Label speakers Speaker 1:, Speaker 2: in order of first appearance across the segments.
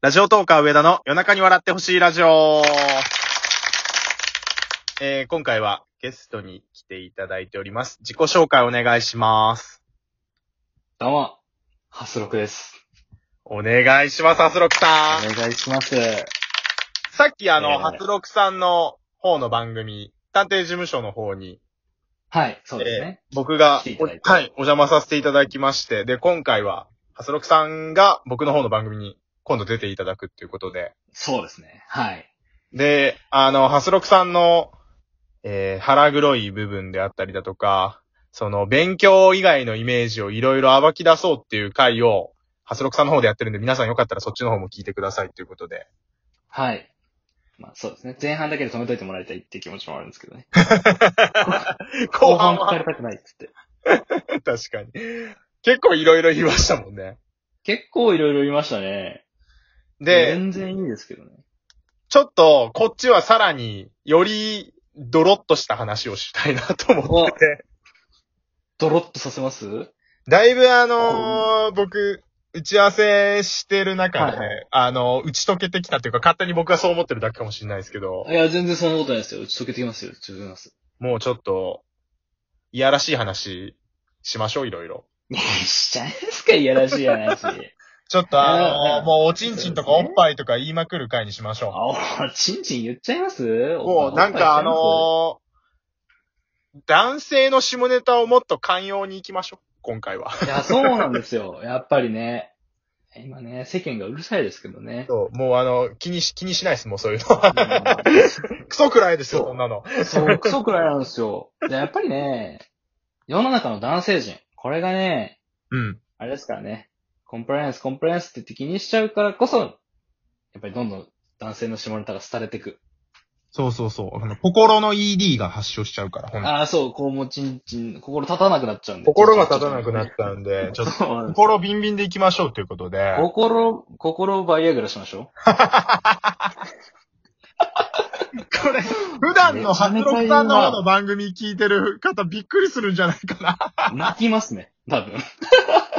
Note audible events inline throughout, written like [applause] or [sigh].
Speaker 1: ラジオトーカー上田の夜中に笑ってほしいラジオ。えー、今回はゲストに来ていただいております。自己紹介お願いします。
Speaker 2: どうも、ハスロクです。
Speaker 1: お願いします、ハスロクさん。
Speaker 2: お願いします。
Speaker 1: さっきあの、
Speaker 2: えー
Speaker 1: ハスロクさんの方の番組、探偵事務所の方に、
Speaker 2: はい、そうですね。
Speaker 1: 僕が
Speaker 2: 来てい、た
Speaker 1: お
Speaker 2: だ
Speaker 1: はい
Speaker 2: て、
Speaker 1: お邪魔させていただきまして、で、今回は、ハスロクさんが僕の方の番組に今度出ていただくっていうことで、
Speaker 2: そうですね。はい。
Speaker 1: で、あの、ハスロクさんの、えー腹黒い部分であったりだとか、その、勉強以外のイメージをいろいろ暴き出そうっていう回を、ハスロクさんの方でやってるんで、皆さんよかったらそっちの方も聞いてくださいということで。
Speaker 2: はい。まあそうですね。前半だけで止めといてもらいたいっていう気持ちもあるんですけどね。
Speaker 1: [laughs] 後半
Speaker 2: 聞か
Speaker 1: は、
Speaker 2: れたくないっつって。
Speaker 1: 確かに。結構いろいろ言いましたもんね。
Speaker 2: 結構いろいろ言いましたね。
Speaker 1: で、
Speaker 2: 全然いいですけどね。
Speaker 1: ちょっと、こっちはさらにより、ドロッとした話をしたいなと思ってて。
Speaker 2: ドロッとさせます
Speaker 1: だいぶあのー僕、打ち合わせしてる中で、
Speaker 2: は
Speaker 1: あのー打ち解けてきたというか、勝手に僕はそう思ってるだけかもしれないですけど
Speaker 2: い、や、全然そんなことないですよ。打ち解けてきますよ。打ち解けます。
Speaker 1: もうちょっと、いやらしい話しましょう、いろいろ。
Speaker 2: いや、しちゃいますか、いやらしい話。
Speaker 1: ちょっと
Speaker 2: いや
Speaker 1: あ
Speaker 2: い
Speaker 1: の
Speaker 2: や
Speaker 1: ーもうおちんちんとかおっぱいとか言いまくる回にしましょ
Speaker 2: あ、おちんちん言っちゃいます
Speaker 1: う。もうなんかあのー男性の下ネタをもっと寛容に行きましょう、今回は。
Speaker 2: いや、そうなんですよ。やっぱりね。今ね、世間がうるさいですけどね。
Speaker 1: そう、もうあの、気にし、気にしないです、もうそういうの。クソくらいですよ、
Speaker 2: そう
Speaker 1: そんなの。
Speaker 2: そう、クソくらいなんですよ。で、やっぱりね、世の中の男性陣、これがね、
Speaker 1: うん。
Speaker 2: あれですからね、コンプライアンス、コンプライアンスって言って気にしちゃうからこそ、やっぱりどんどん男性の下ネタが廃れてく。
Speaker 1: そうそうそう。あの心の ED が発症しちゃうから、ほんと
Speaker 2: ああ、そう、こうもうちんちん、心立たなくなっちゃうんで。
Speaker 1: 心が立たなくなっちゃうん [laughs] で、ちょっと、
Speaker 2: そうなんですよ
Speaker 1: 心ビンビンで行きましょうということで。
Speaker 2: 心、心バイアグラしましょ
Speaker 1: これ、普段のハスロクさんの方の番組聞いてる方びっくりするんじゃないかな。
Speaker 2: う。泣きますね、多分。
Speaker 1: [laughs]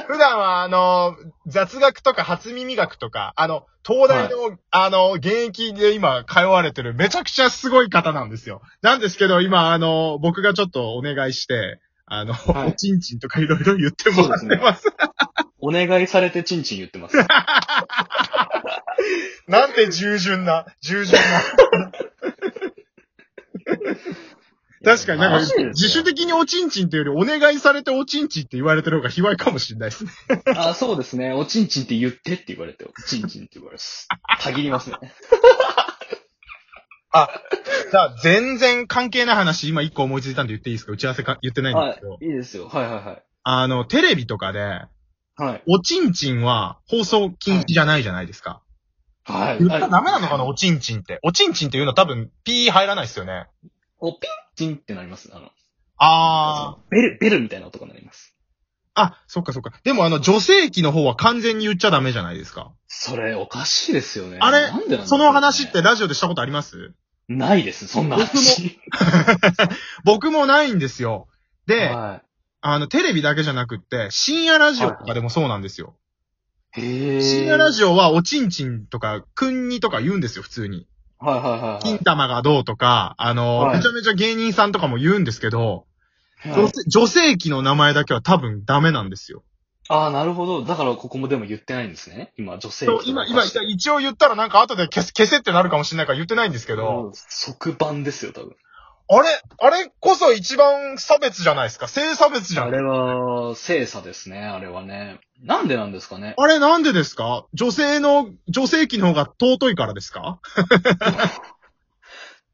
Speaker 1: 普段はあの、雑学とか初耳学とか、あの、東大の、あの、現役で今通われてるめちゃくちゃすごい方なんですよ。なんですけど、今あの、僕がちょっとお願いして、あの、
Speaker 2: はい
Speaker 1: おちんちんとかいろいろ言ってもらってます。
Speaker 2: お願いされてちんちん言ってます。
Speaker 1: なんて従順な、従順な。確かになん
Speaker 2: マジ
Speaker 1: か
Speaker 2: で、
Speaker 1: 自主的におちんちんというより、お願いされておちんちんって言われてる方が卑猥かもしれないです [laughs] ね。
Speaker 2: あ、そうですね。おちんちんって言ってって言われて、おちんちんって言われます。たぎりますね。
Speaker 1: じゃあ、全然関係ない話、今一個思いついたんで言っていいですか打ち合わせか言ってないんで
Speaker 2: は
Speaker 1: すけど。
Speaker 2: い。いいですよ。はいはいはい。
Speaker 1: あの、テレビとかで、
Speaker 2: はい。
Speaker 1: おちんちんは放送禁止じゃないじゃないですか。
Speaker 2: はい。
Speaker 1: 言ったらダメなのかな
Speaker 2: お
Speaker 1: おちんちんって。おちんちんっていうのは多分、ピー入らないですよね。
Speaker 2: おピンチンってなります。あの、
Speaker 1: あー。
Speaker 2: ベル、ベルみたいな音がなります。
Speaker 1: あ、そっかそっか。でもあの、女性器の方は完全に言っちゃダメじゃないですか。
Speaker 2: それ、おかしいですよね。
Speaker 1: あれ
Speaker 2: なんでなんでしょうね
Speaker 1: その話っ。てラジオでしたことあります
Speaker 2: ないです、そんな話。
Speaker 1: 僕もないんですよ。で、
Speaker 2: は
Speaker 1: あの、テレビだけじゃなくって、深夜ラジオとかでもそうなんですよ。
Speaker 2: い。へえ。
Speaker 1: 深夜ラジオは、おちんちんとか、くんにとか言うんですよ、普通に。
Speaker 2: オ。はいはいはいはい
Speaker 1: 金玉がどうとか、あの、
Speaker 2: はい
Speaker 1: めちゃめちゃ芸人さんとかも言うんですけど、
Speaker 2: は
Speaker 1: 女
Speaker 2: い。
Speaker 1: 性女性器の名前だけは多分ダメなんですよ。
Speaker 2: ああ、なるほど。だから、ここもでも言ってないんですね。今、女性器
Speaker 1: そう
Speaker 2: の話。
Speaker 1: 今、今、一応言ったらなんか後で消す消せってなるかもしれないから言ってないんですけど、
Speaker 2: うん即番ですよ、多分。
Speaker 1: あれ、あれこそ一番差別じゃないですか。性差別じゃ
Speaker 2: あ
Speaker 1: ん。
Speaker 2: れは、精査ですね、あれはね。なんでなんですかね。
Speaker 1: あれなんでですか女性の、女性器の方が尊いからですか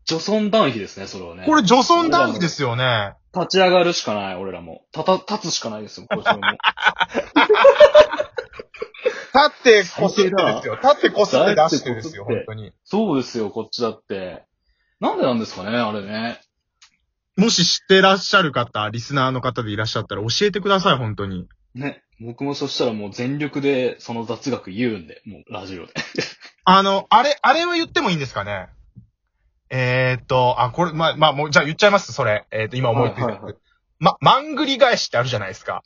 Speaker 2: 女尊男卑ですね、それはね。
Speaker 1: これ女尊男児ですよね。
Speaker 2: 立ち上がるしかない、俺らも。たた、立つしかないですよ、こ
Speaker 1: [laughs]
Speaker 2: ちらも。
Speaker 1: 立ってこすってですよ。立ってこすって出してですよ、
Speaker 2: 立
Speaker 1: 本
Speaker 2: って
Speaker 1: 当に。
Speaker 2: そうですよ、こっちだって。なんでなんですかね、あれね。
Speaker 1: もし知ってらっしゃる方、リスナーの方でいらっしゃったら教えてください、本当に。
Speaker 2: ね。僕もそしたらもう全力でその雑学言うんで、もうラジオで。
Speaker 1: あの、あれ、あれは言ってもいいんですかねえーっと、あ、これ、まあ、まあ、もう、じゃあ言っちゃいます、それ。えーっと、今思いついた。
Speaker 2: はいはいはい
Speaker 1: ま、まんぐり返しってあるじゃないですか。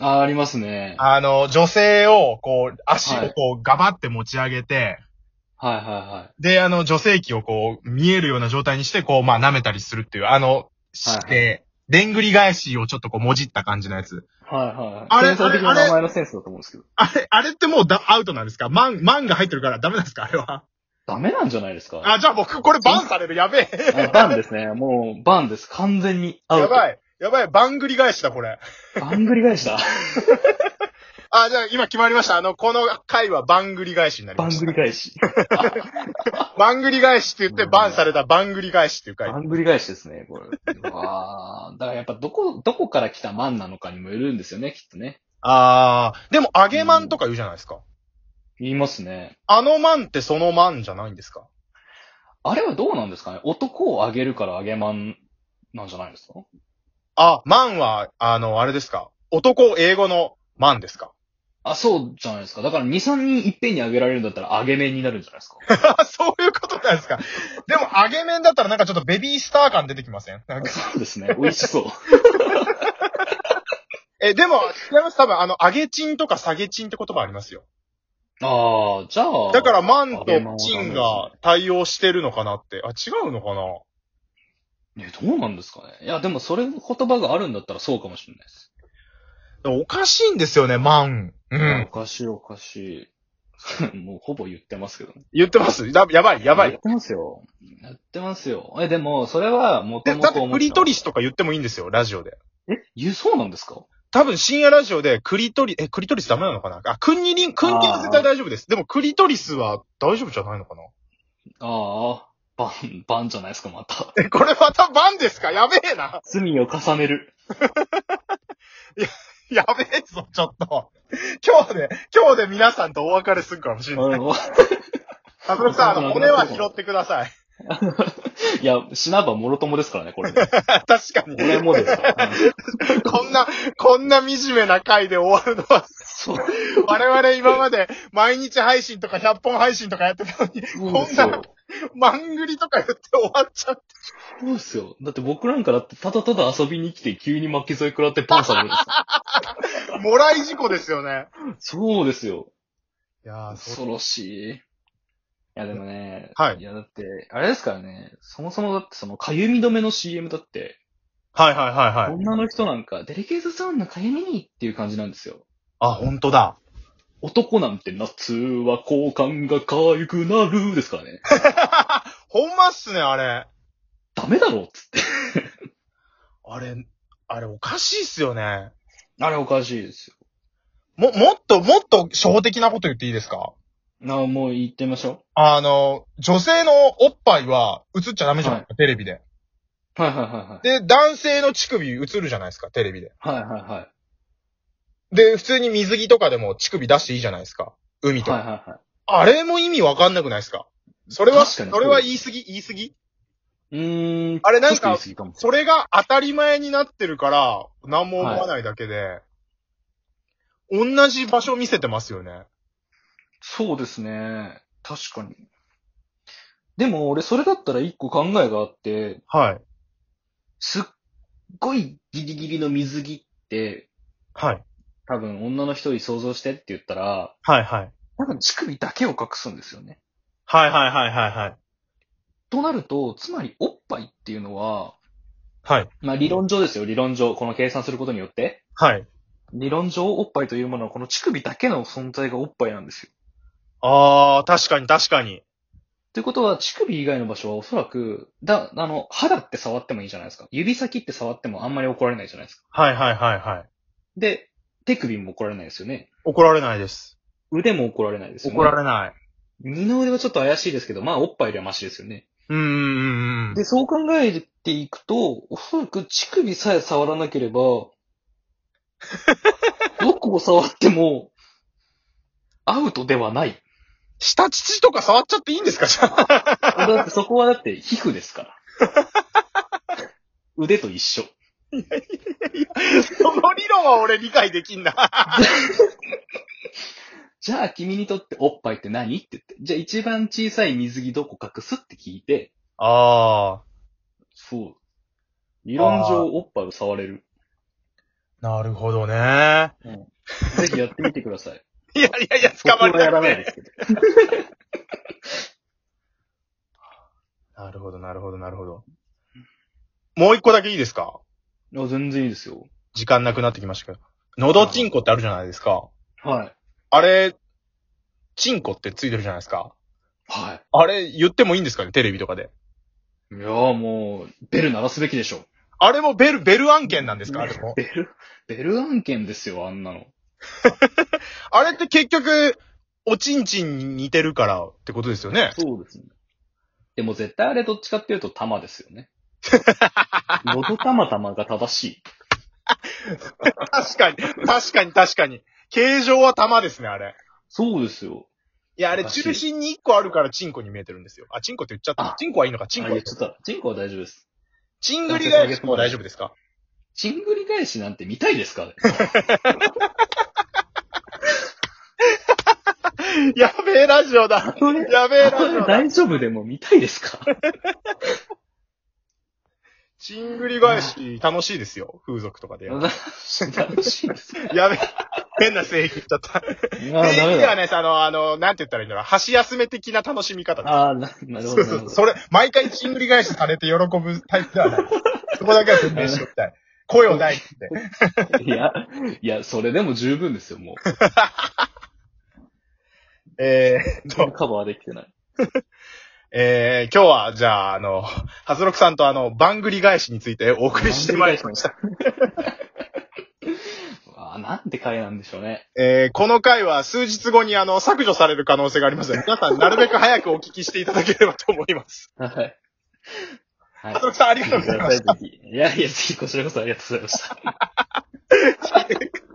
Speaker 2: あー、ありますね。はい
Speaker 1: あの、女性を、こう、足をこう、ガバって持ち上げて、
Speaker 2: はいは
Speaker 1: で、あの、女性器をこう、見えるような状態にして、こう、まあ、舐めたりするっていう、あの、して、でんぐり返しをちょっとこう、もじった感じのやつ。
Speaker 2: い。はいはいはい。
Speaker 1: あれ
Speaker 2: 伝統的な
Speaker 1: あれあれ
Speaker 2: 名前のセンスだと思うんですけど。
Speaker 1: あれ、あれってもうだアウトなんですかマン、マンが入ってるからダメなんですかあれは。
Speaker 2: ダメなんじゃないですか
Speaker 1: あ、じゃあ僕、これバンされる。やべえ。
Speaker 2: あバンですね。もう、バンです。完全に。
Speaker 1: やば
Speaker 2: い。
Speaker 1: い。やばい。バンぐり返しだ、これ。
Speaker 2: バン繰り返した。
Speaker 1: あ、じゃあ今決まりました。あの、この回はバンぐり返しになり
Speaker 2: バン
Speaker 1: ました。
Speaker 2: 繰り返し。
Speaker 1: バンぐり返しって言って、バンされたバンぐり返しっていう回。
Speaker 2: バン繰り返しですね、これ。わあ、だからやっぱどこ、どこから来たマンなのかにもよるんですよね、きっとね。
Speaker 1: あー、でも、揚げマンとか言うじゃないですか。
Speaker 2: 言いますね。
Speaker 1: あのマンってそのマンじゃないんですか
Speaker 2: あれはどうなんですかね男をあげるからあげマンなんじゃないですか
Speaker 1: あ、マンは、あの、あれですか男、英語のマンですか [laughs]
Speaker 2: あ、そうじゃないですか。だから2、3人いっぺんにあげられるんだったらあげめになるんじゃな
Speaker 1: [laughs]
Speaker 2: いですか。
Speaker 1: そういうことなんですかでも、揚げ麺だったらなんかちょっとベビースター感出てきませんなんか
Speaker 2: そうですね。美味しそう。
Speaker 1: え、でも、違います。多分、あの、揚げチンとか下げチンって言葉ありますよ。
Speaker 2: ああ、じゃあ。
Speaker 1: だから、マン
Speaker 2: 揚げマン
Speaker 1: と
Speaker 2: は
Speaker 1: チンが対応してるのかなって。あ、違うのかな
Speaker 2: ね、どうなんですかね。いや、でもそれ言葉があるんだったらそうかもしれないです。
Speaker 1: でもおかしいんですよね、マン。うん
Speaker 2: お。かしいおかしい。 [laughs] もうほぼ言ってますけどね。
Speaker 1: 言ってますだやばい、やば
Speaker 2: や
Speaker 1: い
Speaker 2: っ。てますよ。やってますよ。え、でも、それはもと
Speaker 1: で、
Speaker 2: も
Speaker 1: だっ
Speaker 2: と
Speaker 1: て、
Speaker 2: 思
Speaker 1: ク
Speaker 2: っ
Speaker 1: リ
Speaker 2: て
Speaker 1: ト
Speaker 2: た。
Speaker 1: リスとか言ってもいいんですよ、ラジオで。
Speaker 2: え、言うそうなんですか
Speaker 1: 多分深夜ラジオでクリトリ、え、クリトリスダメなのかなあ、クンニリン、クンニリンは絶対大丈夫です。でもクリトリスは大丈夫じゃないのかな
Speaker 2: ああ、バン、バンじゃないですか、
Speaker 1: [laughs]
Speaker 2: また。
Speaker 1: え、これまたバンですかやべえな。
Speaker 2: 罪を重ねる。
Speaker 1: やべえぞ、ちょっと。今日で、今日で皆さんとお別れするかもしれない。
Speaker 2: うん
Speaker 1: あ、それさん、あの、骨は拾ってください。 [laughs]
Speaker 2: いや、死なばもろともですからね、これね。
Speaker 1: 確かに
Speaker 2: こ。れもですから。うん
Speaker 1: こんな、こんな惨めな回で終わるのは、 [laughs]
Speaker 2: そう。
Speaker 1: 我々今まで毎日配信とか100本配信とかやってたのに、 [laughs]
Speaker 2: そ
Speaker 1: こ
Speaker 2: うで
Speaker 1: ん
Speaker 2: す
Speaker 1: な
Speaker 2: よ。
Speaker 1: マングリとか言って終わっちゃう。
Speaker 2: そうですよ。だって僕なんかだって、ただただ遊びに来て急に巻き添え食らってパンされるんですよ
Speaker 1: もらい事故ですよね。
Speaker 2: そうですよ。
Speaker 1: いやー、そう
Speaker 2: 恐ろしい。いやでもね、
Speaker 1: はい
Speaker 2: いやだって、あれですからね、そもそもだってその、かゆみ止めの CM だって、
Speaker 1: はいはいはいはい。
Speaker 2: 女の人なんか、デリケートゾーンのかゆみにっていう感じなんですよ。
Speaker 1: あ、本当だ。
Speaker 2: 男なんて夏は好感がかゆくなるですからね。
Speaker 1: [laughs] ほんまっすね、あれ。
Speaker 2: ダメだろっつって。
Speaker 1: あれ、あれおかしいっすよね。
Speaker 2: あれおかしいですよ。
Speaker 1: も、もっと、もっと、小的なこと言っていいですか
Speaker 2: あもう言ってみましょ
Speaker 1: あの、女性のおっぱいは映っちゃダメじゃないですか、テレビで。
Speaker 2: う。はいはいは
Speaker 1: で、男性の乳首映るじゃないですか、テレビで。
Speaker 2: いはい。はいはいはい。
Speaker 1: で、普通に水着とかでも乳首出していいじゃないですか。海とか。
Speaker 2: はいはいは
Speaker 1: あれも意味わかんなくないですかそれは、
Speaker 2: 確か
Speaker 1: そ
Speaker 2: に
Speaker 1: れは言い過ぎ言い過ぎ
Speaker 2: い。うーん。
Speaker 1: あれなんか
Speaker 2: ちょっと言い過ぎかも
Speaker 1: それが当たり前になってるから、何も思わないだけで、同じ場所見せてますよね。
Speaker 2: そうですね。確かに。でも俺それだったら一個考えがあって、
Speaker 1: はい。
Speaker 2: すっごいギリギリの水着って、
Speaker 1: はい。
Speaker 2: 多分女の人に想像してって言ったら、
Speaker 1: はいはい。
Speaker 2: 多分乳首だけを隠すんですよね。
Speaker 1: はいはいはいはいはい。
Speaker 2: となると、つまりおっぱいっていうのは、
Speaker 1: はい。
Speaker 2: まあ理論上ですよ、理論上。この計算することによって。
Speaker 1: はい。
Speaker 2: 理論上おっぱいというものはこの乳首だけの存在がおっぱいなんですよ。
Speaker 1: あー、確かに確かに。
Speaker 2: ということは、乳首以外の場所はおそらく、だ、あの、肌って触ってもいいじゃないですか。指先って触ってもあんまり怒られないじゃないですか。
Speaker 1: はいはいはいはい。
Speaker 2: で、手首も怒られないですよね。
Speaker 1: 怒られないです。
Speaker 2: 腕も怒られないですよね。
Speaker 1: 怒られない。
Speaker 2: 二の腕はちょっと怪しいですけど、まあ、おっぱいよりはマシですよね。
Speaker 1: うーん。
Speaker 2: で、そう考えていくと、おそらく乳首さえ触らな
Speaker 1: [laughs]
Speaker 2: ければ、どこを触っても、アウトで
Speaker 1: [laughs]
Speaker 2: はない。
Speaker 1: 下乳とか触っちゃっていいん [laughs] ですかじゃあ。
Speaker 2: だってそこはだって皮膚で
Speaker 1: [laughs]
Speaker 2: すから。腕と一緒。
Speaker 1: その理論は俺理解できんな。
Speaker 2: じゃあ君にとっておっぱいって何って言って。じゃあ一番小さい水着どこ隠すって聞いて、
Speaker 1: あー。
Speaker 2: そう。理論
Speaker 1: あー
Speaker 2: 上おっぱいを触れる。
Speaker 1: なるほどね。
Speaker 2: うん。ぜひやってみてください。
Speaker 1: [laughs] いやいやいや、捕まり
Speaker 2: 僕はや
Speaker 1: た
Speaker 2: ら
Speaker 1: く
Speaker 2: な
Speaker 1: ね
Speaker 2: いですけど。
Speaker 1: なるほど、なるほど、なるほど。もう一個だけいいですか
Speaker 2: いや全然いいですよ。
Speaker 1: 時間なくなってきましたけど。のどちんこってあるじゃないですか。
Speaker 2: はい。
Speaker 1: あれ、ちんこってついてるじゃないですか。
Speaker 2: は
Speaker 1: あれ、言ってもいいんですかねテレビとかで。
Speaker 2: い。いやーもう、ベル鳴らすべきでしょ。
Speaker 1: あれもベル、ベル案件なんですかあれも。
Speaker 2: ベル、ベル案件ですよ、あんなの。
Speaker 1: あれって結局、おちんちんに似てるからってことですよね。
Speaker 2: そうですね。でも絶対あれどっちかっていうと玉です
Speaker 1: [laughs]
Speaker 2: よね。喉玉玉が正しい。
Speaker 1: 確かに、確かに、確かに。形状は玉ですね、あれ。
Speaker 2: そうですよ。
Speaker 1: いや、あれ
Speaker 2: 正しい
Speaker 1: 中心に1個あるからチンコに見えてるんですよ。あ、チンコって言っちゃった
Speaker 2: あ。
Speaker 1: チンコはいいのか、チン
Speaker 2: あ
Speaker 1: コ
Speaker 2: い
Speaker 1: は
Speaker 2: や、ちょっと、チンコは大丈夫です。
Speaker 1: チングリ返しも大丈夫ですか
Speaker 2: チングリ返しなんて見たいで
Speaker 1: [laughs]
Speaker 2: すか
Speaker 1: やべえラジオだ。
Speaker 2: それ
Speaker 1: やべえラジオだ。
Speaker 2: 大丈夫でも見たいで
Speaker 1: [laughs]
Speaker 2: すか
Speaker 1: チングリ返し楽しいですよ。風俗とかでやる。
Speaker 2: 楽しいです。
Speaker 1: やべえ。変な正義言っちゃった。
Speaker 2: い
Speaker 1: 正
Speaker 2: やダメ
Speaker 1: 義では
Speaker 2: だ。
Speaker 1: ないです。あの、あの、なんて言ったらいいんだろう。箸休め的な楽しみ方です。
Speaker 2: ああ、ななるほ
Speaker 1: そ
Speaker 2: ど。
Speaker 1: うそう
Speaker 2: なるほ
Speaker 1: そう。
Speaker 2: ど
Speaker 1: それ、毎回チングリ返しされて喜ぶタイプではない。そこだけは訓練しておきたい。声を大にして。
Speaker 2: いや、いや、それでも十分ですよ、もう。
Speaker 1: えーっと、
Speaker 2: カバーできてない。
Speaker 1: えー、今日は、じゃあ、あの、 [laughs] ハズロクさんとあの、番繰り返しについてお送りしてまいりました。
Speaker 2: ああ、なんて回なんでしょうね。
Speaker 1: えー、この回は数日後にあの、削除される可能性がありますので、皆さん、なるべく早くお聞きしていただければと思います。
Speaker 2: はい。はい
Speaker 1: ハズロクさん、ありがとうございました。
Speaker 2: いやいや、ぜひこちらこそありがとうございました。